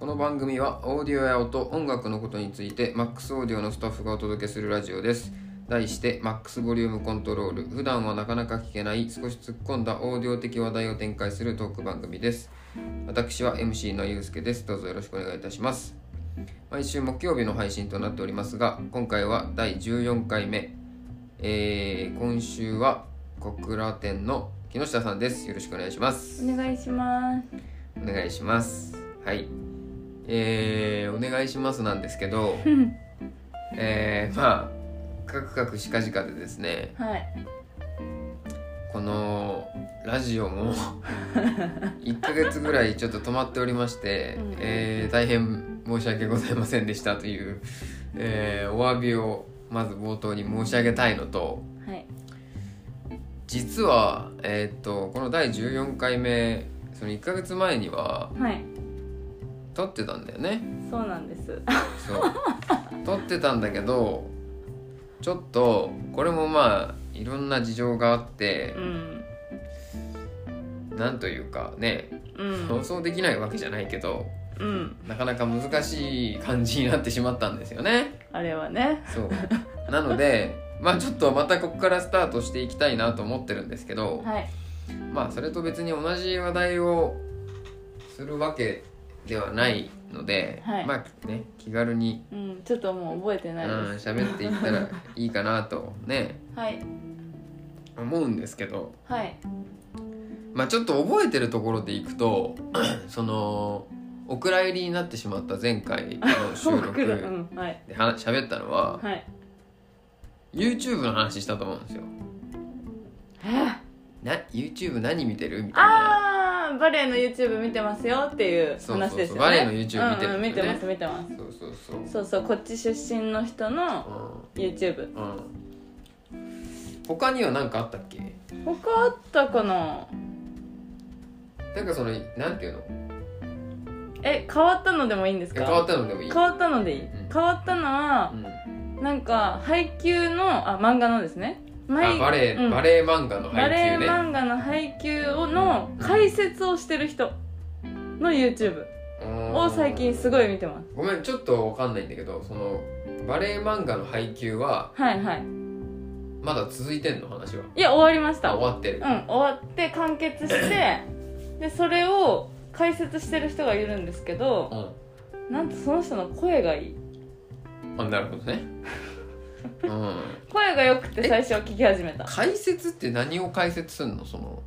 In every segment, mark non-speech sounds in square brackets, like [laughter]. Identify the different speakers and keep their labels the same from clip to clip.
Speaker 1: の番組はオーディオや音、音楽のことについて MAX オーディオのスタッフがお届けするラジオです。題して MAX ボリュームコントロール。普段はなかなか聞けない少し突っ込んだオーディオ的話題を展開するトーク番組です。私は MC のゆうすけです。どうぞよろしくお願いいたします。毎週木曜日の配信となっておりますが、今回は第14回目。えー今週は小倉店の木下さんです。よろしくお願いします。
Speaker 2: お願いします。
Speaker 1: お願いしますはいえー、お願いしますなんですけどえー、まあカクカクしかじかでですね
Speaker 2: はい。
Speaker 1: このラジオ
Speaker 2: [laughs]
Speaker 1: も1ヶ月ぐらいちょっと止まっておりまして、
Speaker 2: うん
Speaker 1: えー大変申し訳ございませんでしたという、えーお詫びをまず冒頭に申し上げたいのと
Speaker 2: はい。
Speaker 1: 実は、えーっとこの第14回目その1ヶ月前には
Speaker 2: はい。
Speaker 1: 撮ってたんだよね。
Speaker 2: そうなんです。
Speaker 1: そう撮ってたんだけどちょっとこれもまあいろんな事情があって
Speaker 2: うん。
Speaker 1: なんというかね
Speaker 2: うん
Speaker 1: 放。送できないわけじゃないけど
Speaker 2: うん。
Speaker 1: なかなか難しい感じになってしまったんですよね。
Speaker 2: あれはね。 [laughs]
Speaker 1: そうなのでまあちょっとまたここからスタートしていきたいなと思ってるんですけど、
Speaker 2: はい。
Speaker 1: まあそれと別に同じ話題をするわけではないので、
Speaker 2: はい
Speaker 1: まあね気軽に
Speaker 2: うん。ちょっともう覚えて
Speaker 1: うん
Speaker 2: ないです。
Speaker 1: 喋っていったらいいかなとね
Speaker 2: はい。
Speaker 1: 思うんですけど、
Speaker 2: はい。
Speaker 1: まあ、ちょっと覚えてるところでいくと [clears throat] そのお蔵入りになってしまった前回の収
Speaker 2: [laughs] そうくる。う
Speaker 1: 録
Speaker 2: ん。はい。
Speaker 1: で話喋ったのは
Speaker 2: はい。
Speaker 1: YouTube の話したと思うんですよ。な YouTube 何見てるみたいな
Speaker 2: あー、バレエの YouTube 見てますよっていう話ですよね。
Speaker 1: そうそうそうバレエの YouTube 見てる
Speaker 2: うんうん、見てます、見てま
Speaker 1: そうそうそう
Speaker 2: す。そうそう、こっち出身の人の YouTube。
Speaker 1: うん、うん、他には何かあったっけ
Speaker 2: 他あったかな
Speaker 1: なんかそのなんていうの
Speaker 2: え、変わったのでもいいんですか
Speaker 1: 変わったのでもいい、
Speaker 2: 変わったのでいい、
Speaker 1: ん
Speaker 2: 変わったのは
Speaker 1: う、ん、
Speaker 2: なんか配給のあ漫画のですね
Speaker 1: あバレエ、
Speaker 2: うん
Speaker 1: バレエ漫画の
Speaker 2: バレ
Speaker 1: 配給
Speaker 2: エ
Speaker 1: ね
Speaker 2: 漫画の配給をの解説をしてる人の YouTube
Speaker 1: うん
Speaker 2: を最近すごい見てます
Speaker 1: ごめんちょっとわかんないんだけどそのバレエ漫画の配給は
Speaker 2: はいはい
Speaker 1: まだ続いてんの話はい
Speaker 2: や終わりまし
Speaker 1: あ終
Speaker 2: たうん
Speaker 1: わってる、
Speaker 2: 終わって完結してでそれを解説してる人がいるんですけど
Speaker 1: う
Speaker 2: なんとその人の声がいい
Speaker 1: ん、あなるほど
Speaker 2: [laughs]
Speaker 1: ねうん
Speaker 2: 声が良くて最初は聞き始めた
Speaker 1: 解説って何を解説すんのその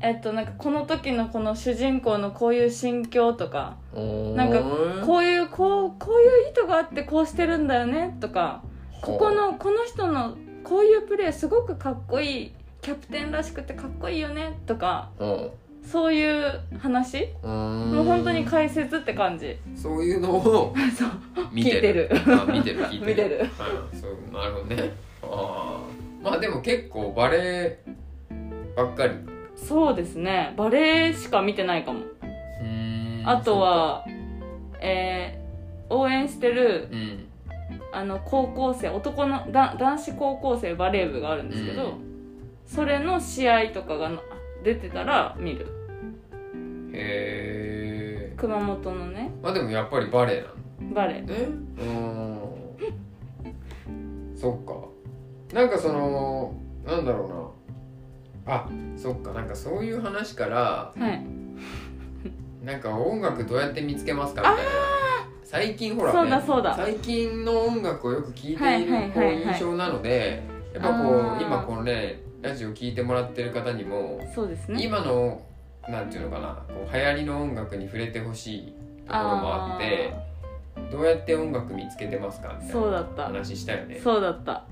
Speaker 2: えっとなんかこの時のこの主人公のこういう心境とか
Speaker 1: おー
Speaker 2: なんかこういうこうこういう意図があってこうしてるんだよねとかここのこの人のこういうプレーすごくかっこいいキャプテンらしくてかっこいいよねとか
Speaker 1: ほ
Speaker 2: そういう話
Speaker 1: ううん
Speaker 2: もう本当に解説って感じ
Speaker 1: そういうのを
Speaker 2: [laughs] そう
Speaker 1: 見てる
Speaker 2: 聞い
Speaker 1: あ
Speaker 2: て
Speaker 1: 見てる聞いてる
Speaker 2: 見てる
Speaker 1: うん、そうなるほどねあーまあでも結構バレエばっかり
Speaker 2: そうですねバレエしか見てないかも
Speaker 1: うーん
Speaker 2: あとはえー応援してる
Speaker 1: そうかうん
Speaker 2: あの高校生男のだ男子高校生バレー部があるんですけど、
Speaker 1: う
Speaker 2: それの試合とかがな出てたら見る
Speaker 1: へえ
Speaker 2: 熊本のね
Speaker 1: まあでもやっぱりバレエなんだ
Speaker 2: バレー
Speaker 1: ねうんそっかなんかそのなんだろうなあそっかなんかそういう話から
Speaker 2: はい
Speaker 1: なんか音楽どうやって見つけますかみたいな最近ほら、ね、
Speaker 2: そうだそうだ
Speaker 1: 最近の音楽をよく聞い
Speaker 2: は
Speaker 1: てい
Speaker 2: いはいは
Speaker 1: る
Speaker 2: いはい
Speaker 1: こう印象なのでやっぱこ
Speaker 2: あ
Speaker 1: う
Speaker 2: ー
Speaker 1: 今このねラジオ聞いてもらってる方にも
Speaker 2: そうですね
Speaker 1: 今のなんていうのかなこう流行りの音楽に触れてほしいところもあってどうやって音楽見つけてますかみたい
Speaker 2: そう
Speaker 1: な
Speaker 2: だった
Speaker 1: 話したよねそ
Speaker 2: そうだった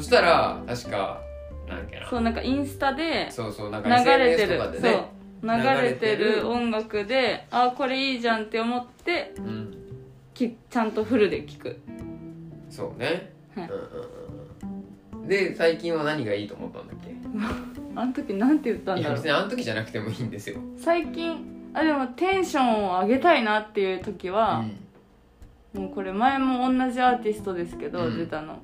Speaker 1: したら確かなんやっけな
Speaker 2: そうなんかインスタで
Speaker 1: そうそうなん
Speaker 2: 流
Speaker 1: か
Speaker 2: れて
Speaker 1: SNS
Speaker 2: る
Speaker 1: とかで
Speaker 2: そう
Speaker 1: ね
Speaker 2: 流れ
Speaker 1: 流
Speaker 2: て
Speaker 1: れてる
Speaker 2: る音楽であこれいいじゃんって思って
Speaker 1: うん
Speaker 2: きちゃんとフルで聞く
Speaker 1: そうね、
Speaker 2: はい
Speaker 1: うんうんうんで最近は何がいいと思ったんだっけ
Speaker 2: あの時なんて言ったん
Speaker 1: い
Speaker 2: だ
Speaker 1: や
Speaker 2: ろ
Speaker 1: 別
Speaker 2: う
Speaker 1: にあの時じゃなくてもいいんですよ、
Speaker 2: 最近あでもテンションを上げたいなっていう時は、
Speaker 1: う
Speaker 2: もうこれ前も同じアーティストですけど、
Speaker 1: うん
Speaker 2: 出たの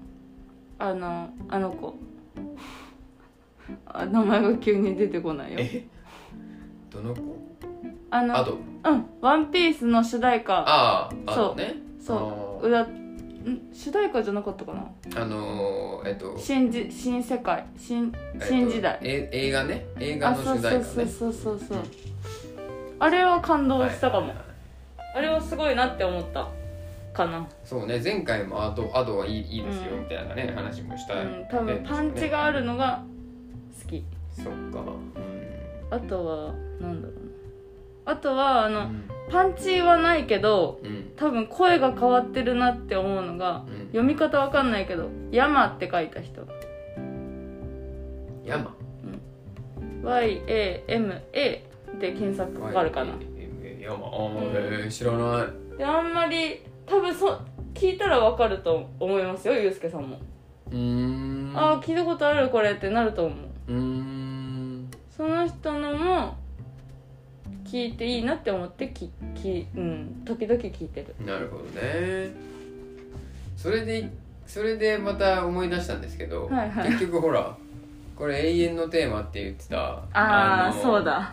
Speaker 2: あのあの子 [laughs]
Speaker 1: [laughs]
Speaker 2: あ名前が急に出てこない
Speaker 1: ん
Speaker 2: よ
Speaker 1: えどの子
Speaker 2: あの
Speaker 1: あと
Speaker 2: うん「ワンピースの主題歌
Speaker 1: あああとね
Speaker 2: そう
Speaker 1: あ
Speaker 2: うだん主題歌じゃなかったかな
Speaker 1: ーあのーえっと
Speaker 2: 「新じ新世界」新
Speaker 1: えっと
Speaker 2: 新時代、
Speaker 1: え映画ね映画
Speaker 2: あ
Speaker 1: の
Speaker 2: そう
Speaker 1: 主
Speaker 2: そ
Speaker 1: 題
Speaker 2: う
Speaker 1: 歌
Speaker 2: そう
Speaker 1: ね
Speaker 2: そうそうそう、
Speaker 1: うん
Speaker 2: あれは感動したかも、
Speaker 1: はい
Speaker 2: あれはすごいなって思ったかな、
Speaker 1: そうね前回もあとあとはいいいいですよ
Speaker 2: うん
Speaker 1: みたいなね、話もした、
Speaker 2: うん、多分パンチがあるのが好き
Speaker 1: そっかう
Speaker 2: あとはなんだろうなあとはあの、
Speaker 1: ん
Speaker 2: パンチはないけど
Speaker 1: うん
Speaker 2: 多分声が変わってるなって思うのが
Speaker 1: うん
Speaker 2: 読み方わかんないけど「山」って書いた人
Speaker 1: 山
Speaker 2: YAMA で検索かかるかな、
Speaker 1: 山あー
Speaker 2: うん
Speaker 1: えー知らない
Speaker 2: であんまり多分そ聞いたらわかると思いますよゆうすけさんも、
Speaker 1: うーん
Speaker 2: ああ聞いたことあるこれってなると思う
Speaker 1: うーん
Speaker 2: その人のも聞いていいなって思ってきき、うん、時々聞いてる
Speaker 1: なるほどねそれでそれでまた思い出したんですけど、
Speaker 2: はいはい
Speaker 1: 結局ほらこれ永遠のテーマって言ってた
Speaker 2: ああ
Speaker 1: の
Speaker 2: そうだ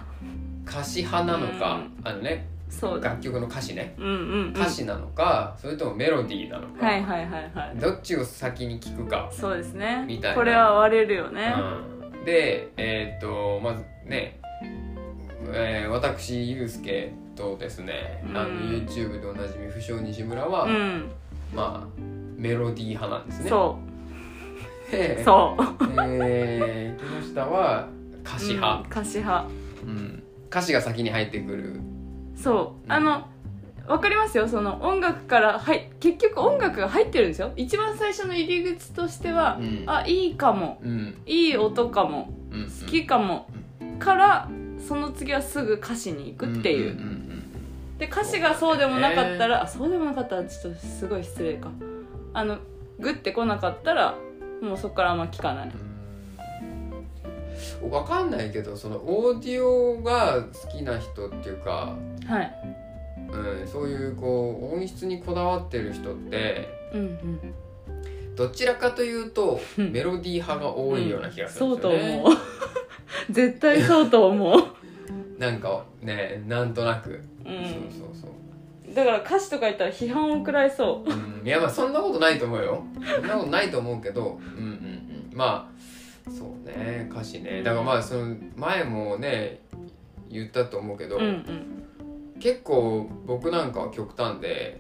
Speaker 1: 歌詞派なのか、あのね
Speaker 2: そうだ
Speaker 1: 楽曲の歌詞ね
Speaker 2: うんうん、うん、
Speaker 1: 歌詞なのか、それともメロディーなのか、
Speaker 2: はいはいはいはい
Speaker 1: どっちを先に聞くか、
Speaker 2: そうですね
Speaker 1: みたいな
Speaker 2: これは割れるよ
Speaker 1: う
Speaker 2: ね、
Speaker 1: ん、でえーっとまずね、えー私ゆうすけとですね、あの
Speaker 2: うん
Speaker 1: YouTube でおなじみ不詳西村は、
Speaker 2: うん、
Speaker 1: まあメロディー派なんですね [laughs]
Speaker 2: そ
Speaker 1: で
Speaker 2: うそ
Speaker 1: えー木下は歌
Speaker 2: う
Speaker 1: 詞
Speaker 2: うん
Speaker 1: 派、
Speaker 2: 歌詞派
Speaker 1: うん歌詞が先に入ってくる
Speaker 2: そう、
Speaker 1: うん
Speaker 2: あのわかりますよその音楽からはい結局音楽が入ってるんですよ一番最初の入り口としては
Speaker 1: う、ん
Speaker 2: あいいかも
Speaker 1: うん
Speaker 2: いい音かも
Speaker 1: うん
Speaker 2: 好きかもからその次はすぐ歌詞に行くっていう,、
Speaker 1: んんん
Speaker 2: で歌詞がそうでもなかったら、あそうでもなかったらちょっとすごい失礼かあのグッてこなかったらもうそこからあんま聞かない
Speaker 1: うんわかんないけどそのオーディオが好きな人っていうか、
Speaker 2: はい
Speaker 1: うん、そういうこう音質にこだわってる人って
Speaker 2: うんうん
Speaker 1: どちらかというと
Speaker 2: うん
Speaker 1: メロディー派が多いような気がするん
Speaker 2: そ
Speaker 1: です
Speaker 2: う
Speaker 1: よ
Speaker 2: と
Speaker 1: ね、
Speaker 2: 思う絶対そうと
Speaker 1: [laughs]
Speaker 2: 思う、
Speaker 1: なんかねなんとなく、
Speaker 2: う、
Speaker 1: そうんそうそう
Speaker 2: だから歌詞とか言ったら批判を食らいそう
Speaker 1: うんいやまあそんなことないと思うよそんなことないと思うけどうんうんうんまあそうね歌詞ねだからまあその前もね言ったと思うけど、
Speaker 2: うんうん
Speaker 1: 結構僕なんかは極端で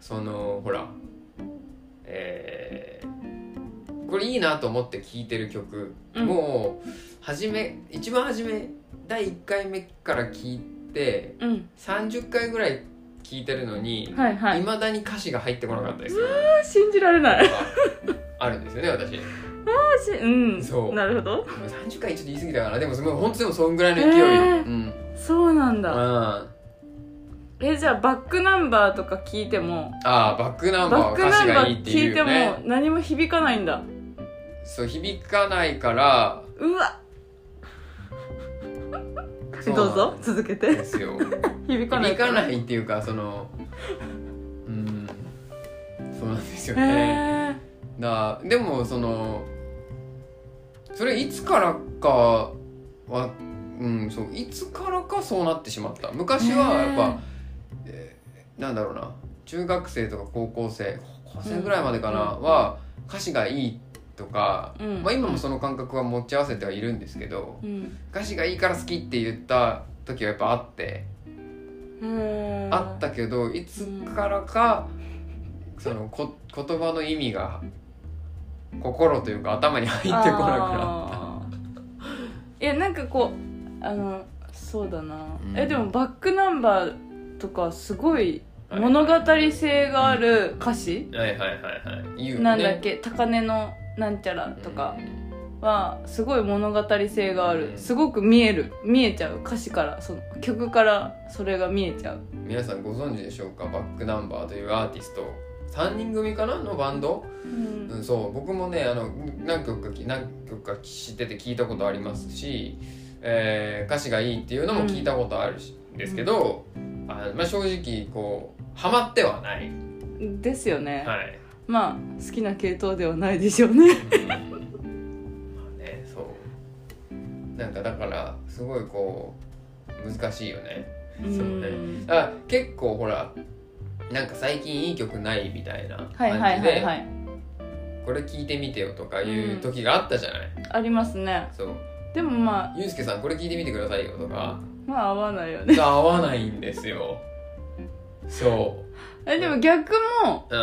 Speaker 1: そのほらえーこれいいなと思って聴いてる曲、
Speaker 2: うん
Speaker 1: もう初め一番初め第1回目から聴いて
Speaker 2: うん
Speaker 1: 30回ぐらい聴いてるのに、
Speaker 2: はいはいい
Speaker 1: まだに歌詞が入ってこなかったです
Speaker 2: 信じられない
Speaker 1: あるんですよね私
Speaker 2: 歌詞うん
Speaker 1: そう
Speaker 2: なるほど
Speaker 1: 30回ちょっと言い過ぎたからでももう本当でもそんぐらいの勢いよ、
Speaker 2: えー
Speaker 1: うん
Speaker 2: そうなんだ
Speaker 1: あ
Speaker 2: えじゃあバックナンバーとか聞いても
Speaker 1: あーバックナンバー
Speaker 2: バッ
Speaker 1: は
Speaker 2: ク
Speaker 1: 歌
Speaker 2: ナ
Speaker 1: 詞
Speaker 2: ン
Speaker 1: が
Speaker 2: バ
Speaker 1: いいっ
Speaker 2: ー
Speaker 1: てい
Speaker 2: 聞いうて
Speaker 1: よね
Speaker 2: も何も響かないんだ
Speaker 1: そう響かないから
Speaker 2: うわ
Speaker 1: そう
Speaker 2: どうぞ続け
Speaker 1: なん
Speaker 2: て
Speaker 1: ですよ
Speaker 2: 響かない
Speaker 1: 響かないっていうかそのうんそうなんですよ
Speaker 2: へ
Speaker 1: ね
Speaker 2: え
Speaker 1: だでもそのそれいつからかはうんそういつからかそうなってしまった昔はやっぱ、なんだろうな中学生とか高校生高校生ぐらいまでかな、
Speaker 2: うん
Speaker 1: は歌詞がいいとか、
Speaker 2: うん
Speaker 1: まあ、今もその感覚は持ち合わせてはいるんですけど
Speaker 2: うん
Speaker 1: 歌詞がいいから好きって言った時はやっぱあって、
Speaker 2: うん
Speaker 1: あったけどいつからかそのこ言葉の意味が心というか頭に入ってこなくなった。
Speaker 2: あーいやなんかこうあのそうだな、
Speaker 1: うん
Speaker 2: えでもバックナンバーとかすごい
Speaker 1: はい
Speaker 2: 物語性がある歌詞、
Speaker 1: はいはいはいはい。言うね
Speaker 2: なんだっけ、高根のなんちゃらとか、はすごい物語性がある、
Speaker 1: うん
Speaker 2: すごく見える見えちゃう歌詞からその曲からそれが見えちゃう
Speaker 1: うん皆さんご存知でしょうかバックナンバーというアーティスト3人組かなのバンド、
Speaker 2: うん
Speaker 1: うん、そう僕もねあの何曲かき何曲か知ってて聞いたことありますし、えー歌詞がいいっていうのも聞いたことあるし、ですけど、あまあ、正直こうハマってはない、
Speaker 2: ですよね、
Speaker 1: はい、
Speaker 2: まあ好きな系統ではないでしょうね
Speaker 1: まあね [laughs] そうなんかだからすごいこう難しいよねそう
Speaker 2: う
Speaker 1: ね
Speaker 2: ん
Speaker 1: だから結構ほらなんか最近いい曲ないみたいな
Speaker 2: はいは
Speaker 1: 感
Speaker 2: い
Speaker 1: じ
Speaker 2: はいは
Speaker 1: で
Speaker 2: い
Speaker 1: これ聞いてみてよとかいう時があったじゃない、
Speaker 2: ありますね
Speaker 1: そう
Speaker 2: でもまあ
Speaker 1: 「ゆうすけさんこれ聞いてみてくださいよ」とか
Speaker 2: まあ合わないよね
Speaker 1: が合わないんですよそ
Speaker 2: えでも逆も
Speaker 1: うう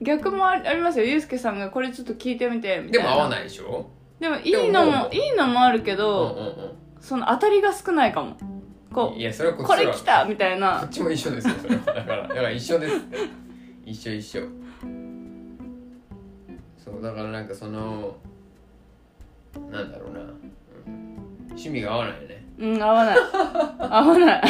Speaker 2: 逆もありありますよゆうすけさんがこれちょっと聞いてみて
Speaker 1: ん
Speaker 2: みた
Speaker 1: で
Speaker 2: いな
Speaker 1: も合わないでしょ
Speaker 2: でもいいの
Speaker 1: でも
Speaker 2: もいいのもあるけ
Speaker 1: う
Speaker 2: ど、
Speaker 1: んうん
Speaker 2: その当たりが少ないかも
Speaker 1: う
Speaker 2: こ
Speaker 1: ん
Speaker 2: う
Speaker 1: いやそれはこっ
Speaker 2: こ
Speaker 1: ち
Speaker 2: れ
Speaker 1: は
Speaker 2: 来たみたい
Speaker 1: こっ
Speaker 2: な
Speaker 1: ちも一緒ですよそれはだからだから一緒です一緒一緒そうだからなんかそのなんだろうな、うん趣味が合わないよね
Speaker 2: うん合わ
Speaker 1: [laughs]
Speaker 2: ない合わない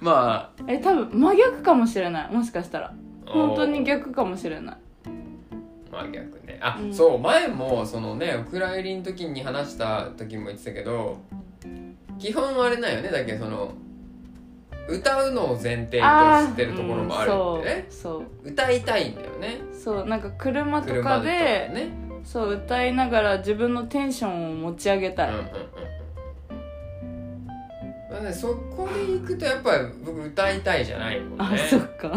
Speaker 1: まあ
Speaker 2: え多分真逆かもしれないもしかしたら本当に
Speaker 1: 逆
Speaker 2: 逆かもしれない
Speaker 1: まあ逆ねあ、
Speaker 2: うん
Speaker 1: そう前もそのねお蔵入りの時に話した時も言ってたけど基本あれなんよねだけどその歌うのを前提としてるところもあるんでね
Speaker 2: あー、うんそう
Speaker 1: 歌いたいんだよね
Speaker 2: そうそうなんか車と
Speaker 1: 車
Speaker 2: か
Speaker 1: で
Speaker 2: で
Speaker 1: ね
Speaker 2: そう歌いながら自分のテンションを持ち上げたい、
Speaker 1: まあね、そこで行くとやっぱり僕歌いたいじゃないもんね
Speaker 2: あそっか
Speaker 1: う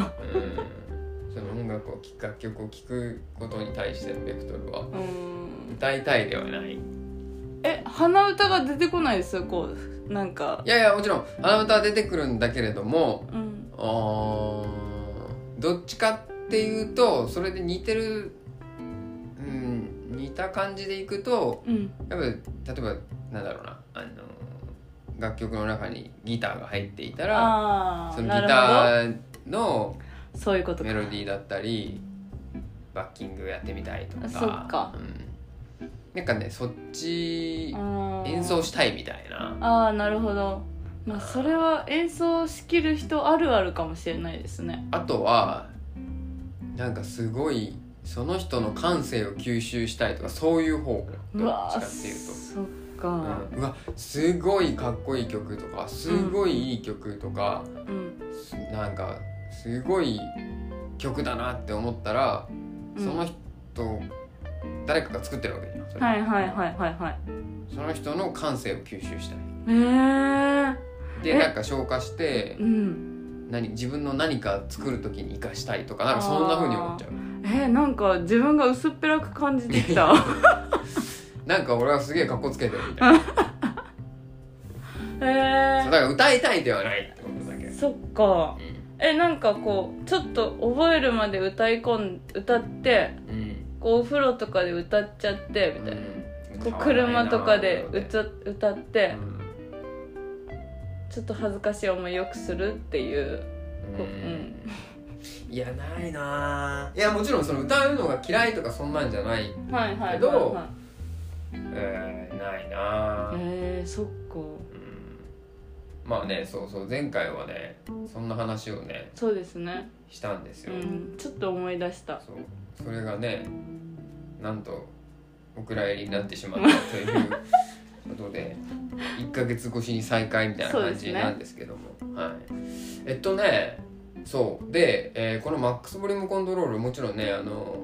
Speaker 1: ん、その音楽を聴く楽曲を聴くことに対してのベクトルは
Speaker 2: うん
Speaker 1: 歌いたいではないい
Speaker 2: え鼻歌が出てこないですよこうなんか
Speaker 1: やいやもちろんあの歌は出てくるんだけれども
Speaker 2: うん
Speaker 1: あーどっちかっていうとそれで似てる、うん、似た感じでいくと
Speaker 2: うん
Speaker 1: やっぱり例えばなんだろうなあの楽曲の中にギターが入っていたら
Speaker 2: あ
Speaker 1: その
Speaker 2: あ
Speaker 1: ギ
Speaker 2: な
Speaker 1: タ
Speaker 2: るほ
Speaker 1: ーの
Speaker 2: どそういうことか
Speaker 1: メロディーだったりバッキングやってみたいとか
Speaker 2: そっか
Speaker 1: うん、なんかねそっち
Speaker 2: あー
Speaker 1: 演奏したいみたいな
Speaker 2: ああなるほどまあそれは演奏しきる人あるあるかもしれないですね
Speaker 1: あとはなんかすごいその人の感性を吸収したいとかそういう方向
Speaker 2: う
Speaker 1: どっ
Speaker 2: わ
Speaker 1: ち
Speaker 2: ー
Speaker 1: かっていうと。
Speaker 2: そっか
Speaker 1: うんうわすごいかっこいい曲とかすごいいい曲とか、
Speaker 2: うん、
Speaker 1: すなんかすごい曲だなって思ったら、
Speaker 2: うん
Speaker 1: その人誰かが作ってるわけじゃんそれ
Speaker 2: はいはいはいはいはい
Speaker 1: その人の感性を吸収したい
Speaker 2: えー、
Speaker 1: で
Speaker 2: え
Speaker 1: なんか消化して
Speaker 2: うん
Speaker 1: 何自分の何か作る時に生かしたいとかなんかそんな風に思っちゃう
Speaker 2: えー、なんか自分が薄っぺらく感じて
Speaker 1: [laughs]
Speaker 2: きた
Speaker 1: なんか俺はすげえかっこつけてるみたいな
Speaker 2: え
Speaker 1: そうだか
Speaker 2: ー、
Speaker 1: ら歌いたいではないってことだけ
Speaker 2: そっか
Speaker 1: う
Speaker 2: えなんかこうちょっと覚えるまで歌い込ん歌って
Speaker 1: んうん
Speaker 2: こうお風呂とかで歌っちゃってみたいな、
Speaker 1: うん
Speaker 2: こう車とかで
Speaker 1: 歌わないな
Speaker 2: 歌歌って、
Speaker 1: うん
Speaker 2: ちょっと恥ずかしい思いよくするっていう
Speaker 1: う
Speaker 2: うん
Speaker 1: んいやないないやもちろんその歌うのが嫌いとかそんなんじゃない
Speaker 2: はいはいはい、はい、
Speaker 1: けどえーないな
Speaker 2: えー、そっか
Speaker 1: うんまあねそうそう前回はねそんな話をね
Speaker 2: そうですね
Speaker 1: したんです
Speaker 2: う
Speaker 1: よ、
Speaker 2: んちょっと思い出した
Speaker 1: そうそれがねなんとお蔵入りになってしまったということ
Speaker 2: [laughs]
Speaker 1: で1ヶ月越しに再開みたいな
Speaker 2: そう
Speaker 1: 感
Speaker 2: です
Speaker 1: じ
Speaker 2: ね
Speaker 1: なんですけども、はい、えっとねそうで、えーこのマックスボリュームコントロールもちろんねあの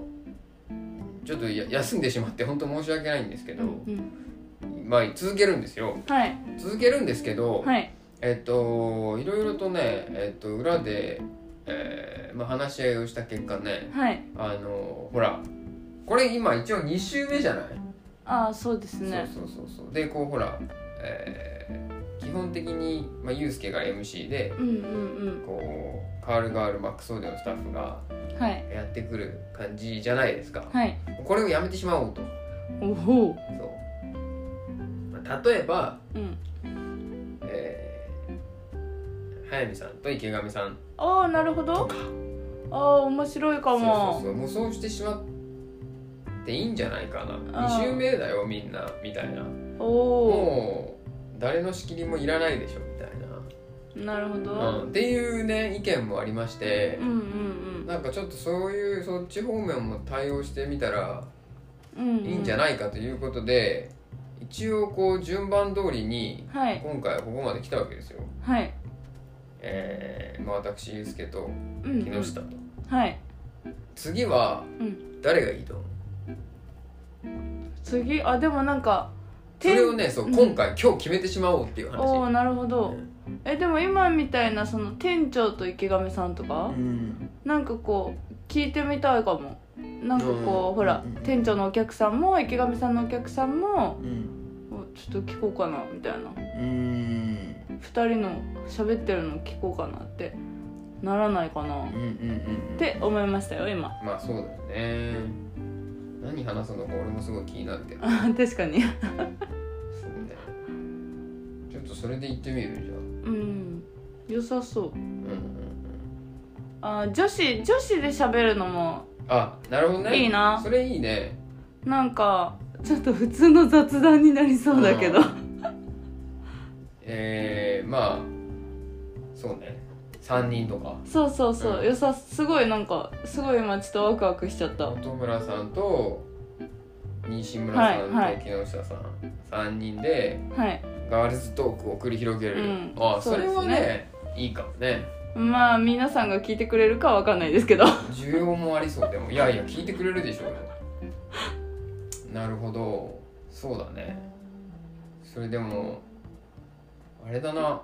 Speaker 1: ちょっとや休んでしまって本当申し訳ないんですけど、
Speaker 2: うんうん
Speaker 1: まあ続けるんですよ
Speaker 2: はい
Speaker 1: 続けるんですけど、
Speaker 2: はい
Speaker 1: えっといろいろとね、えっと、裏で、えーまあ、話し合いをした結果ね、
Speaker 2: はい
Speaker 1: あのほらこれ今一応2週目じゃない、
Speaker 2: ああそうですね
Speaker 1: そうそうそうそうでこうほら、えー基本的に、まあ、ユうスケが MC で
Speaker 2: うんうん
Speaker 1: こうカールガールマックスオーディオのスタッフが
Speaker 2: うんはい
Speaker 1: やってくる感じじゃないですか、
Speaker 2: はい
Speaker 1: これをやめてしまおうと
Speaker 2: おほ
Speaker 1: そう、まあ例えば、
Speaker 2: ううん
Speaker 1: えー早見さんと池上さん
Speaker 2: ああなるほどああ面白いかも
Speaker 1: そうそうそうもうそうしてしまっていいんじゃないかな
Speaker 2: あー
Speaker 1: 2週目だよみんなみたいな
Speaker 2: お
Speaker 1: もう誰の仕切りもいらないでしょみたい
Speaker 2: おなるほど、
Speaker 1: な、うん、っていうね意見もありまして
Speaker 2: うん、うん
Speaker 1: なんかちょっとそういうそっち方面も対応してみたら
Speaker 2: うんうんうん
Speaker 1: いいんじゃ
Speaker 2: い
Speaker 1: ないかということで、一応こう順番通りに
Speaker 2: はい
Speaker 1: 今回はここまで来たわけですよ。
Speaker 2: はい
Speaker 1: えーまあ、私ゆうすけと
Speaker 2: うん、
Speaker 1: 木
Speaker 2: うん、
Speaker 1: 下と、
Speaker 2: はい
Speaker 1: 次は
Speaker 2: うん
Speaker 1: 誰がいいと思う、
Speaker 2: 次あでもなんか
Speaker 1: それをねそう
Speaker 2: うん
Speaker 1: 今回今日決めてしまおうっていう話
Speaker 2: おおなるほど
Speaker 1: う
Speaker 2: えでも今みたいなその店長と池上さんとか、
Speaker 1: ん
Speaker 2: なんかこう聞いてみたいかもなんかこう、
Speaker 1: うん
Speaker 2: ほら、
Speaker 1: うん
Speaker 2: 店長のお客さんも池上さんのお客さんも
Speaker 1: うん
Speaker 2: ちょっと聞こうかなみたいな
Speaker 1: うん
Speaker 2: 2人の喋ってるの聞こうかなってならないかな
Speaker 1: うん
Speaker 2: っ
Speaker 1: うんうん
Speaker 2: て思いましたよ今 [laughs]
Speaker 1: まあそうだよね何話すのか俺もすごい気になるけど
Speaker 2: 確かに
Speaker 1: そうねちょっとそれで行ってみるじゃん
Speaker 2: うん良さそう
Speaker 1: うんうんうん
Speaker 2: あ女子女子で喋るのも
Speaker 1: あなるほどね
Speaker 2: いいな
Speaker 1: それいいね
Speaker 2: なんかちょっと普通の雑談になりそうだけど
Speaker 1: うんえー、まあそうね3人とか
Speaker 2: そうそうそう、
Speaker 1: うん
Speaker 2: よさすごいなんかすごい今ちょっとワクワクしちゃった
Speaker 1: 本村さんと西村さん
Speaker 2: はいは
Speaker 1: と木下さん、3人で
Speaker 2: はい
Speaker 1: ガールズトークを繰り広げる、
Speaker 2: うん
Speaker 1: あそれ
Speaker 2: そ
Speaker 1: は
Speaker 2: う
Speaker 1: ね
Speaker 2: です
Speaker 1: いいかもね
Speaker 2: まあ皆さんが聞いてくれるかわかんないで
Speaker 1: [laughs]
Speaker 2: すけど
Speaker 1: 需要もありそうでもいやいや聞いてくれるでしょうよなるほどそうだねそれでもあれだな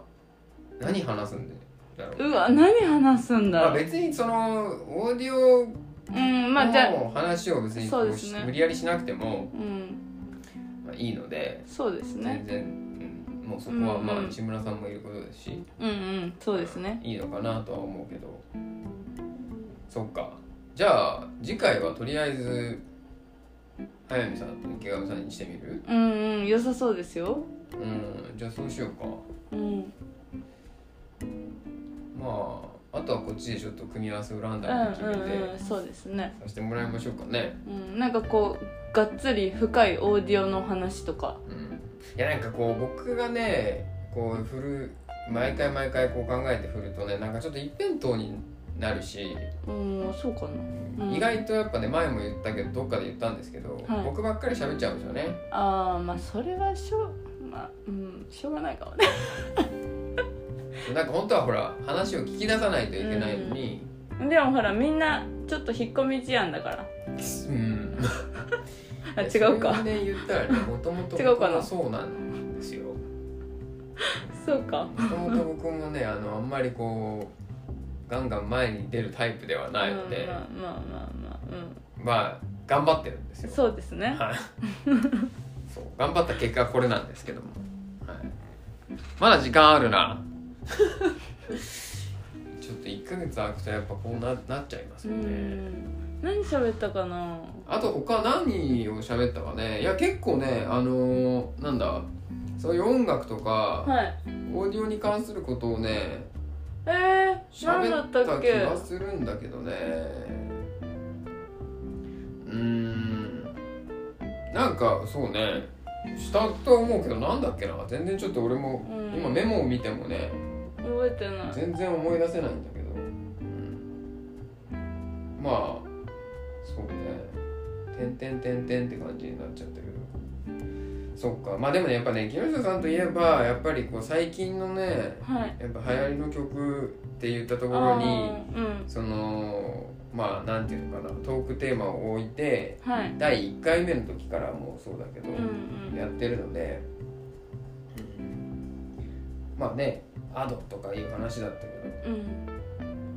Speaker 1: 何話すんだろう
Speaker 2: うわ何話すんだ
Speaker 1: まあ、
Speaker 2: ろう
Speaker 1: 別にそのオーディオ
Speaker 2: うんまあじゃあ
Speaker 1: の話を別にこ
Speaker 2: そう
Speaker 1: う
Speaker 2: ですね
Speaker 1: 無理やりしなくても、
Speaker 2: うん
Speaker 1: まあ、いいので
Speaker 2: そうですね
Speaker 1: 全然、うん、もうそこはま
Speaker 2: う
Speaker 1: あ
Speaker 2: んうん
Speaker 1: 内村さんもいることですし、
Speaker 2: うんうんそうですね
Speaker 1: いいのかなとは思うけどそっかじゃあ次回はとりあえず早見さんと池上さんにしてみる
Speaker 2: うんうん良さそうですよ
Speaker 1: うんじゃあそうしようか
Speaker 2: うん
Speaker 1: まああとはこっちでちょっと組み合わせをラン
Speaker 2: う
Speaker 1: ダ
Speaker 2: んう
Speaker 1: ムに決めて
Speaker 2: んうんそうですね
Speaker 1: させてもらいましょうかね
Speaker 2: うんなんかこうがっつり深いオーディオの話とか
Speaker 1: うんいやなんかこう僕がねこう振る毎回毎回こう考えて振るとねなんかちょっと一辺倒になるし、
Speaker 2: うんそうかな、うん、
Speaker 1: 意外とやっぱね前も言ったけどどっかで言ったんですけど、
Speaker 2: はい
Speaker 1: 僕ばっかり喋っちゃうんですよね
Speaker 2: ああまあそれはしょうまあうんしょうがないかもね [laughs]
Speaker 1: なんか本当はほら話を聞き出さないといけないのに、
Speaker 2: でもほらみんなちょっと引っ込み思案だから
Speaker 1: うん、
Speaker 2: あ違うか
Speaker 1: それをね言ったらねもともと
Speaker 2: [laughs] 違うかな
Speaker 1: そうなんですよ
Speaker 2: そうか
Speaker 1: もともと僕もねあのあんまりこうガンガン前に出るタイプではないので、
Speaker 2: まあまあまあまあ、
Speaker 1: まあ頑張ってるんです
Speaker 2: うん、
Speaker 1: よ
Speaker 2: そうですね
Speaker 1: はいそう頑張った結果はこれなんですけども、はい、まだ時間ある
Speaker 2: [laughs]
Speaker 1: なちょっと1ヶ月空くとやっぱこうななっちゃいます
Speaker 2: う
Speaker 1: よね、
Speaker 2: ん何喋ったかな
Speaker 1: あと他何を喋ったかねいや結構ねあのーなんだそういう音楽とか
Speaker 2: はい
Speaker 1: オーディオに関することをね
Speaker 2: えー、何
Speaker 1: 喋
Speaker 2: だ
Speaker 1: っ
Speaker 2: った
Speaker 1: た
Speaker 2: っ
Speaker 1: 気
Speaker 2: け
Speaker 1: がするんだけどねうーんなんかそうねしたとは思うけどなんだっけな全然ちょっと俺も
Speaker 2: うん
Speaker 1: 今メモを見てもね
Speaker 2: 覚えてない
Speaker 1: 全然思い出せないんだけど、うん、まあそうね「てんてんてんてん」って感じになっちゃったけどそっかまあでもねやっぱね木下さんといえばやっぱりこう最近のね
Speaker 2: はい
Speaker 1: やっぱ流行りの曲って言ったところ
Speaker 2: あ
Speaker 1: に
Speaker 2: ーうん
Speaker 1: そのまあなんていうのかなトークテーマを置いて
Speaker 2: はい
Speaker 1: 第1回目の時からもうそうだけど、
Speaker 2: うんうん
Speaker 1: やってるので、まあねアドとかいう話だったけど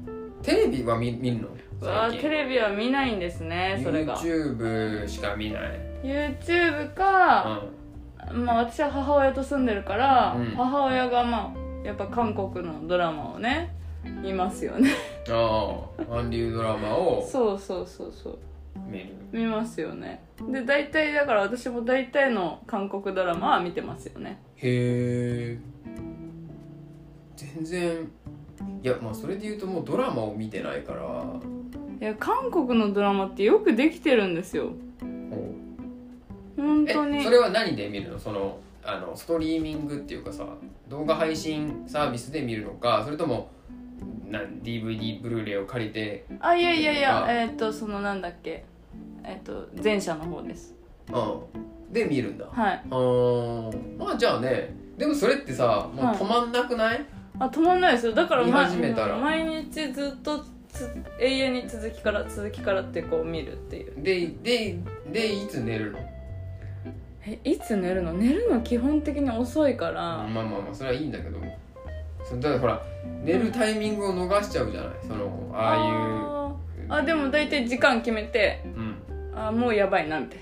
Speaker 2: うん
Speaker 1: テレビは見見るの
Speaker 2: うわー
Speaker 1: 最
Speaker 2: テ
Speaker 1: 近
Speaker 2: レビは見ないんですねそれが
Speaker 1: YouTube しか見ない、
Speaker 2: YouTube か、
Speaker 1: う
Speaker 2: まあ私は母親と住んでるから、
Speaker 1: うん
Speaker 2: 母親がまあやっぱ韓国のドラマをね見ますよね
Speaker 1: ん、ああ韓流ドラマを
Speaker 2: そうそうそうそう
Speaker 1: 見る
Speaker 2: 見ますよねで大体だから私も大体の韓国ドラマは見てますよね
Speaker 1: へえ全然いやまあそれで言うともうドラマを見てないからほ
Speaker 2: いや韓国のドラマってよくできてるんですよ
Speaker 1: う
Speaker 2: 本
Speaker 1: え
Speaker 2: 当に
Speaker 1: それは何で見るのそのあのストリーミングっていうかさ動画配信サービスで見るのかそれともなん DVD ブルーレイを借りて
Speaker 2: あいやいやいや
Speaker 1: あ
Speaker 2: えっ、とそのなんだっけえっ、と前者の方です
Speaker 1: うんで見るんだ
Speaker 2: はい
Speaker 1: あーまあじゃあねでもそれってさもう
Speaker 2: はい
Speaker 1: 止まんなくない、
Speaker 2: あ止まんないですよだから
Speaker 1: 見
Speaker 2: ま
Speaker 1: 始めたら
Speaker 2: 毎日ずっとつ永遠に続きから続きからってこう見るっていう
Speaker 1: でででいつ寝るの
Speaker 2: えいつ寝るの寝るの基本的に遅い
Speaker 1: まあ
Speaker 2: から
Speaker 1: まあまあそれはいいんだけどそのだからほら寝るタイミングを逃しちゃうじゃないそのあ
Speaker 2: あ
Speaker 1: あいう
Speaker 2: ーあでも大体時間決めて
Speaker 1: うん
Speaker 2: あーもうやばいなみたい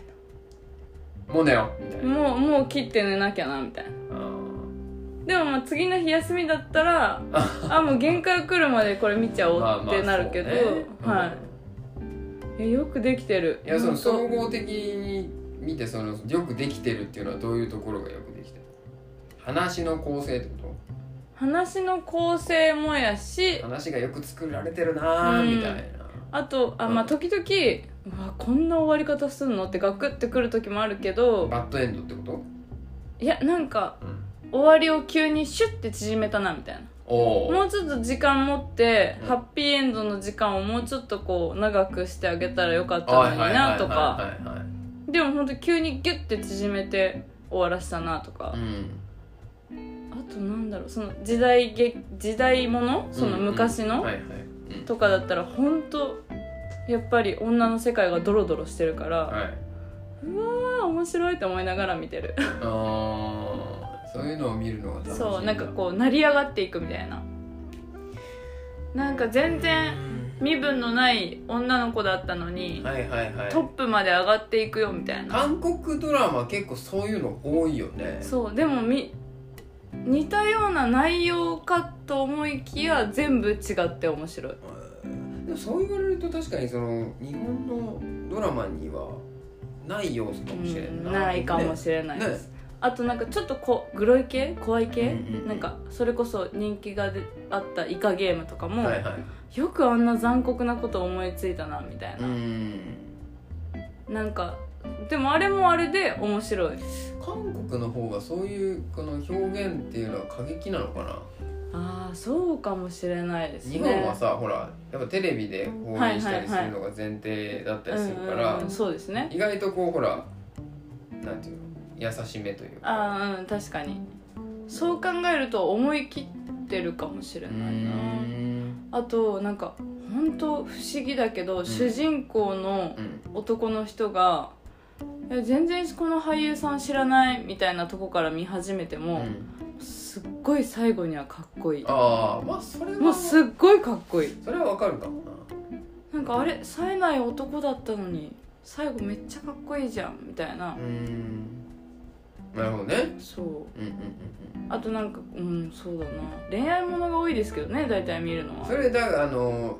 Speaker 1: もう寝ようみたい
Speaker 2: な
Speaker 1: な
Speaker 2: もうもう切って寝なきゃなみたいな
Speaker 1: あ
Speaker 2: でもまあ次の日休みだっ
Speaker 1: [laughs]
Speaker 2: たらあもう限界来るまでこれ見ちゃお
Speaker 1: ーまあ
Speaker 2: う
Speaker 1: ま
Speaker 2: っ
Speaker 1: あ
Speaker 2: てなるけど、
Speaker 1: そうね
Speaker 2: はいいやよくできてる
Speaker 1: いやその総
Speaker 2: 本
Speaker 1: 合的に見てそのよくできてるっていうのはどういうところがよくできてる話の構成ってこ
Speaker 2: 当話の構成もやし
Speaker 1: と話がよく作られてるな
Speaker 2: うん
Speaker 1: ーみたいな、
Speaker 2: あとあ、
Speaker 1: うん
Speaker 2: まあ、時々うわこんな終わり方すんのってガクってくる時もあるけど
Speaker 1: バッドエンドってこと、
Speaker 2: いやなんか
Speaker 1: うん、
Speaker 2: 終わりを急にシュッて縮めたなみたいな
Speaker 1: おー
Speaker 2: もうちょっと時間持って、
Speaker 1: うん
Speaker 2: ハッピーエンドの時間をもうちょっとこう長くしてあげたらよかった
Speaker 1: は
Speaker 2: の
Speaker 1: い
Speaker 2: に
Speaker 1: はいはい
Speaker 2: なとか
Speaker 1: はいはいはい
Speaker 2: でも本当急にギュッて縮めて終わらせたなとか
Speaker 1: う、ん
Speaker 2: あとなんだろうその時代劇時代ものその昔の、
Speaker 1: うんうんはいはいうん
Speaker 2: とかだったら本当やっぱり女の世界がドロドロしてるから、
Speaker 1: はい、
Speaker 2: ああ面白いと思いながら見てる
Speaker 1: あーそういうのを見るのが楽しい
Speaker 2: そうなんかこう成り上がっていくみたいななんか全然身分のない女の子だったのに、
Speaker 1: はいはいはい
Speaker 2: トップまで上がっていくよみたいな
Speaker 1: 韓国ドラマ結構そういうの多いよね
Speaker 2: そうでもみ似たような内容かと思いきや全部違って面白い
Speaker 1: でもそう言われると確かにその日本のドラマにはない要素かもしれ
Speaker 2: うん
Speaker 1: ない、
Speaker 2: ないかも
Speaker 1: れ
Speaker 2: しれない
Speaker 1: ね
Speaker 2: です、あとなんかちょっとこグロい系怖い系、
Speaker 1: うんうんうん
Speaker 2: なんかそれこそ人気がであったイカゲームとかも、
Speaker 1: はいはい
Speaker 2: よくあんな残酷なこと思いついたなみたいな、
Speaker 1: ん
Speaker 2: なんかでもあれもあれで面白い
Speaker 1: 韓国の方がそういうこの表現っていうのは過激なのかな
Speaker 2: ああそうかもしれないです
Speaker 1: 日
Speaker 2: ね
Speaker 1: 本はさほらやっぱテレビで放映したりするのが前提だったりするから、
Speaker 2: うんうんうんそうですね
Speaker 1: 意外とこうほらなんていうの優しめというか
Speaker 2: ああうん確かにそう考えると思い切ってるかもしれ
Speaker 1: う
Speaker 2: ないな
Speaker 1: ーん
Speaker 2: あとなんか本当不思議だけど、主人公の
Speaker 1: うん
Speaker 2: 男の人がいや全然この俳優さん知らないみたいなとこから見始めて
Speaker 1: う
Speaker 2: も、
Speaker 1: ん
Speaker 2: すっごい最後にはかっこいい
Speaker 1: ああまあそれは
Speaker 2: もうすっごいかっこいい
Speaker 1: それはわかるかもな
Speaker 2: なんかあれ冴えない男だったのに最後めっちゃかっこいいじゃんみたいな
Speaker 1: うーんなるほどね
Speaker 2: そ
Speaker 1: う
Speaker 2: う
Speaker 1: んうんうんうん
Speaker 2: あとなんかうんそうだな恋愛ものが多いですけどね大体見るのは
Speaker 1: それだからあの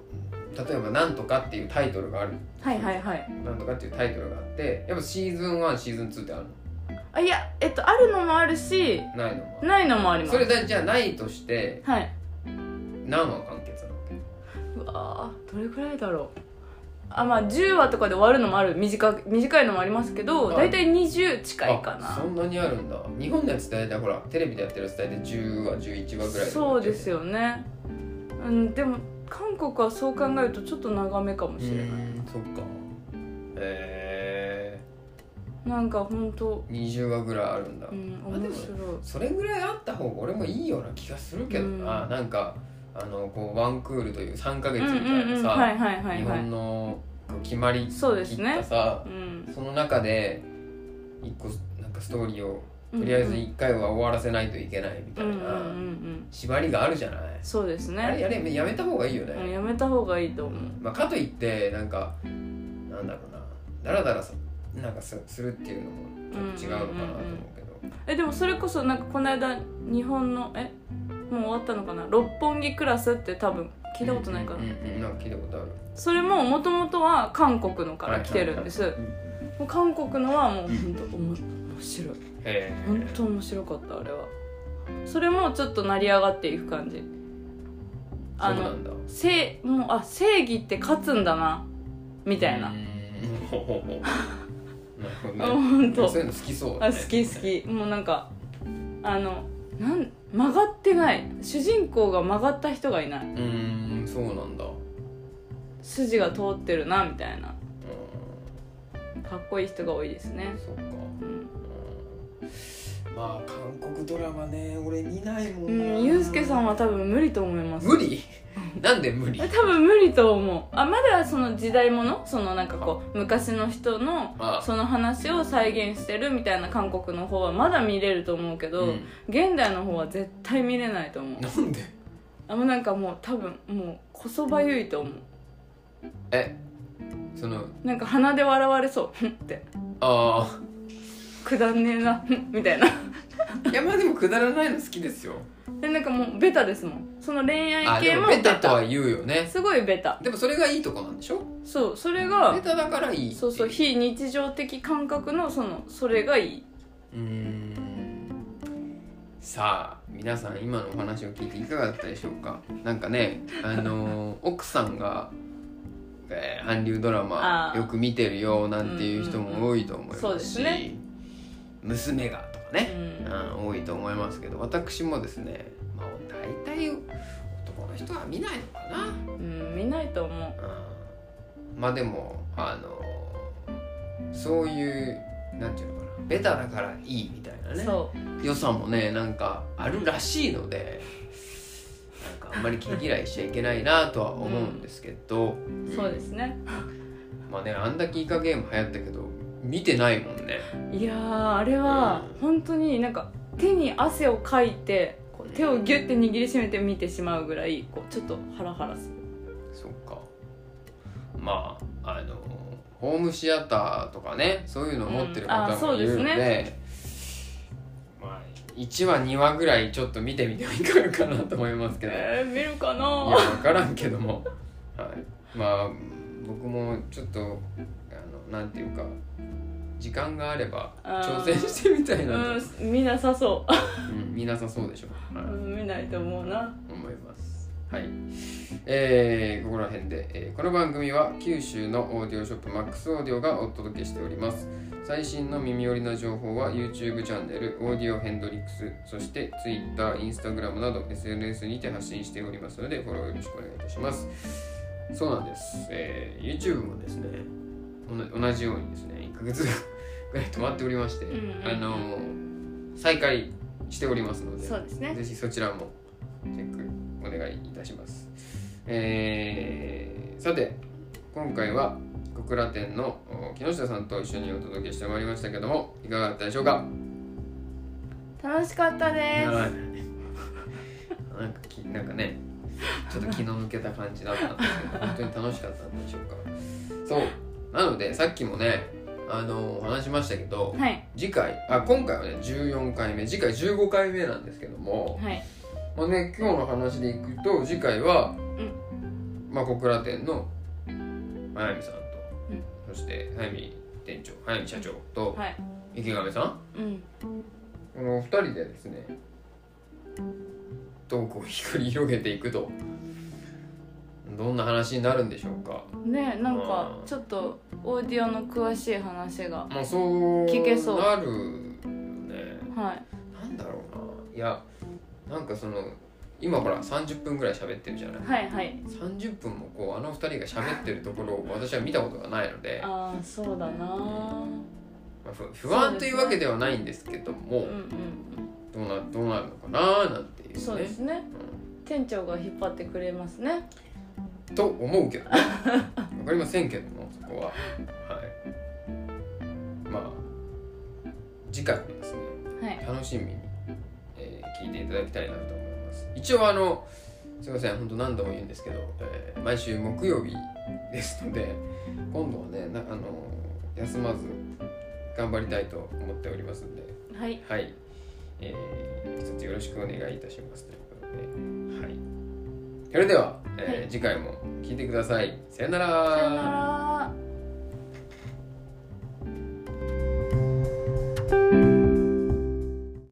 Speaker 1: 例えば「なんとか」っていうタイトルがある
Speaker 2: はいはいはい
Speaker 1: 「なんとか」っていうタイトルがあってやっぱシーズン1シーズン2ってある
Speaker 2: あいやえっとあるのもあるし
Speaker 1: のないのもある
Speaker 2: ないのもあります
Speaker 1: それだじゃあないとして
Speaker 2: はい
Speaker 1: 何話完結なの
Speaker 2: うわーどれくらいだろうあまあ10話とかで終わるのもある短く短いのもありますけど
Speaker 1: はい
Speaker 2: 大体20近いか
Speaker 1: あ
Speaker 2: な
Speaker 1: そんなにあるんだ日本のやつ大体ほらテレビでやってるやつ大体10話11話ぐらい
Speaker 2: そうです
Speaker 1: よ
Speaker 2: よねうんでも韓国はそう考えるとちょっと長めかも
Speaker 1: う
Speaker 2: しれない
Speaker 1: ーんそっかえ
Speaker 2: なんか本当
Speaker 1: ー、20話ぐらいあるんだ、
Speaker 2: うん
Speaker 1: あで
Speaker 2: 面
Speaker 1: も
Speaker 2: 白い
Speaker 1: それぐらいあった方が俺もいいような気がするけどな、
Speaker 2: うん
Speaker 1: なんかあのこうワンクールという3ヶ
Speaker 2: う
Speaker 1: 月
Speaker 2: ん
Speaker 1: みた
Speaker 2: う
Speaker 1: い
Speaker 2: んう
Speaker 1: なんさ、
Speaker 2: はいはいはい
Speaker 1: 日
Speaker 2: は
Speaker 1: 本
Speaker 2: い
Speaker 1: のこう決まり
Speaker 2: そうで
Speaker 1: き
Speaker 2: す
Speaker 1: った
Speaker 2: ね
Speaker 1: さ
Speaker 2: うん
Speaker 1: その中で一個なんかストーリーをとりあえず1回は終わらせないといけないみたい
Speaker 2: うんうんうんうんう
Speaker 1: なん縛りがあるじゃない、
Speaker 2: そうです
Speaker 1: あれ
Speaker 2: ね
Speaker 1: やれやめた方がいいよね、
Speaker 2: うんやめた方がいいと思う
Speaker 1: まあ、かといってなんかなんだろうなだらだらさなんかすするっていうのもちょっと違うのかなと思うけど、
Speaker 2: えでもそれこそなんかこの間日本のえもう終わったのかな六本木クラスって多分聞いたことないかな、
Speaker 1: うんうんうんなんか聞いたことある
Speaker 2: それももともとは韓国のから来てるんです、
Speaker 1: いはいはい
Speaker 2: もう韓国のはもう本当面白い
Speaker 1: へえ
Speaker 2: 本当面白かったあれはそれもちょっと成り上がっていく感じあ
Speaker 1: そうな
Speaker 2: の
Speaker 1: んだ
Speaker 2: 正もうあ正義って勝つんだなみた [laughs] いうな、
Speaker 1: ーんほほほな
Speaker 2: あ
Speaker 1: るほどね
Speaker 2: 本
Speaker 1: [laughs]
Speaker 2: 当
Speaker 1: そういうの好きそうだ
Speaker 2: あ
Speaker 1: ね
Speaker 2: 好き好きもうなんかあのなん曲がってない主人公が曲がった人がいないう
Speaker 1: ーんそうなんだう
Speaker 2: 筋が通ってるなみたいな
Speaker 1: ー
Speaker 2: かっこいい人が多いですね
Speaker 1: んそっか
Speaker 2: うん
Speaker 1: う
Speaker 3: まあ韓国ドラマね俺見ないも
Speaker 2: うん
Speaker 3: な、
Speaker 2: んユうスケさんは多分無理と思います
Speaker 1: 無理なんで無理
Speaker 2: 多分無理と思うあまだその時代ものそのなんかこう昔の人の
Speaker 1: あ
Speaker 2: その話を再現してるみたいな韓国の方はまだ見れると思うけど、
Speaker 1: うん
Speaker 2: 現代の方は絶対見れないと思う
Speaker 1: なんで
Speaker 2: あもうなんかもう多分もうこそばゆいと思う
Speaker 1: えその
Speaker 2: なんか鼻で笑われそう [laughs] ふんって
Speaker 1: あ
Speaker 2: くだんねえな [laughs] ふんみたいな [laughs]
Speaker 1: あいやまあでもくだらないの好きですよ
Speaker 2: でなんかもうベタですもんその恋
Speaker 1: あ
Speaker 2: 愛系
Speaker 1: で
Speaker 2: も
Speaker 1: も
Speaker 2: ベ
Speaker 1: ベ
Speaker 2: タ
Speaker 1: タとは言うよね
Speaker 2: すごいベタ
Speaker 1: でもそれがいいとこなんでしょ
Speaker 2: そうそれが
Speaker 1: ベタだからいい
Speaker 2: そうそう
Speaker 1: ひ
Speaker 2: 非日常的感覚のそのそれがいい、
Speaker 1: うーんさあ皆さん今のお話を聞いていかがだったでしょうかなんかねあ
Speaker 2: [laughs]
Speaker 1: のー奥さんが、えー韓流ドラマ
Speaker 2: あー
Speaker 1: よく見てるよなんていう人も多いと思いますし、
Speaker 2: うんうんうんそうですね
Speaker 1: 娘がとか
Speaker 2: う
Speaker 1: ね、う
Speaker 2: ん、
Speaker 1: ん、多いと思いますけど私もですね、まあ、大体男の人は見ないのかな
Speaker 2: うん、見ないと思う
Speaker 1: うんまあでもあのそういうなんていうのかなベタだからいいみたいなね
Speaker 2: そ
Speaker 1: 良さもねなんかあるらしいのでなんかあんまり毛嫌いしちゃいけないなとは思うんですけど、
Speaker 2: うそうですね
Speaker 1: まあねあんだけイカゲーム流行ったけど見てないもんね
Speaker 2: いやーあれは
Speaker 1: うん
Speaker 2: 本当になんか手に汗をかいてこう手をギュッて握りしめて見てしまうぐらいこうちょっとハラハラする
Speaker 1: そっかまああのホームシアターとかねそういうのを持ってる
Speaker 2: うんあ
Speaker 1: 方
Speaker 2: そ
Speaker 1: も
Speaker 2: う
Speaker 1: い
Speaker 2: で
Speaker 1: る
Speaker 2: す
Speaker 1: の
Speaker 2: ね
Speaker 1: で,、まあ1話2話ぐらいちょっと見てみてもいかがかなと思いますけどいや
Speaker 2: えー、見るかな
Speaker 1: 分からんけども、はい、まあ僕もちょっとあのなんていうか時間があれば
Speaker 2: あー
Speaker 1: 挑戦してみたいなと、
Speaker 2: うん見なさそ、
Speaker 1: うん、見なさそうでしょう、はいう
Speaker 2: うん、見ないと思うな
Speaker 1: 思います。はい、えーここら辺で、えーこの番組は九州のオーディオショップマックスオーディオがお届けしております最新の耳寄りな情報は YouTube チャンネルオーディオヘンドリックスそして Twitter、Instagram など SNS にて発信しておりますのでフォローよろしくお願いいたしますそうなんです、えー YouTube もですねおな同じようにですね1ヶ月ぐらい止まっておりまして、
Speaker 2: んうんうん
Speaker 1: あのー再開しておりますので
Speaker 2: そうですね
Speaker 1: ぜひそちらもチェックお願いいたします。えーさて今回は小倉店のお木下さんと一緒にお届けしてまいりましたけどもいかがだったでしょうか、
Speaker 2: 楽しかったです
Speaker 1: なんかきなんかねちょっと気の抜けた感じだったんですけど本当に楽しかったんでしょうかそうなのでさっきもねあのお話しましたけど、
Speaker 2: はい
Speaker 1: 次回あ今回はね14回目次回15回目なんですけども、
Speaker 2: はい
Speaker 1: まあね、今日の話でいくと次回は、まあ、小倉店の早見さんと、
Speaker 2: うん
Speaker 1: そして早見店長早見社長と
Speaker 2: はい
Speaker 1: 池上さん
Speaker 2: うん
Speaker 1: この2人でですねトークを繰り広げていくとどんな話になるんでしょうか
Speaker 2: ねなんかちょっとオーディオの詳しい話が
Speaker 1: もうそう
Speaker 2: 聞けそう
Speaker 1: なるよね
Speaker 2: はい
Speaker 1: なんだろうないやなんかその今ほら30分ぐらい喋ってるじゃない
Speaker 2: はいはい
Speaker 1: 30分もこうあの2人が喋ってるところを私は見たことがないので、
Speaker 2: ああそうだな
Speaker 1: まあふ不安というわけではないんですけど
Speaker 2: う
Speaker 1: も
Speaker 2: んうん
Speaker 1: どうなどうなるのかななんていうね
Speaker 2: そうですね店長が引っ張ってくれますね
Speaker 1: うんと思うけ
Speaker 2: [laughs]
Speaker 1: どねわかりませんけどもそこははいまあ次回もですね
Speaker 2: はい
Speaker 1: 楽しみに、えー聞いていただきたいなと思います一応あのすいません本当何度も言うんですけど、えー毎週木曜日ですので今度はねなあの休まず頑張りたいと思っておりますので
Speaker 2: はい
Speaker 1: はい、えー、一つよろしくお願いいたしますということではいそれでは、えー
Speaker 2: はい
Speaker 1: 次回も聞いてくださいさよな
Speaker 2: さよ
Speaker 1: ら
Speaker 2: なら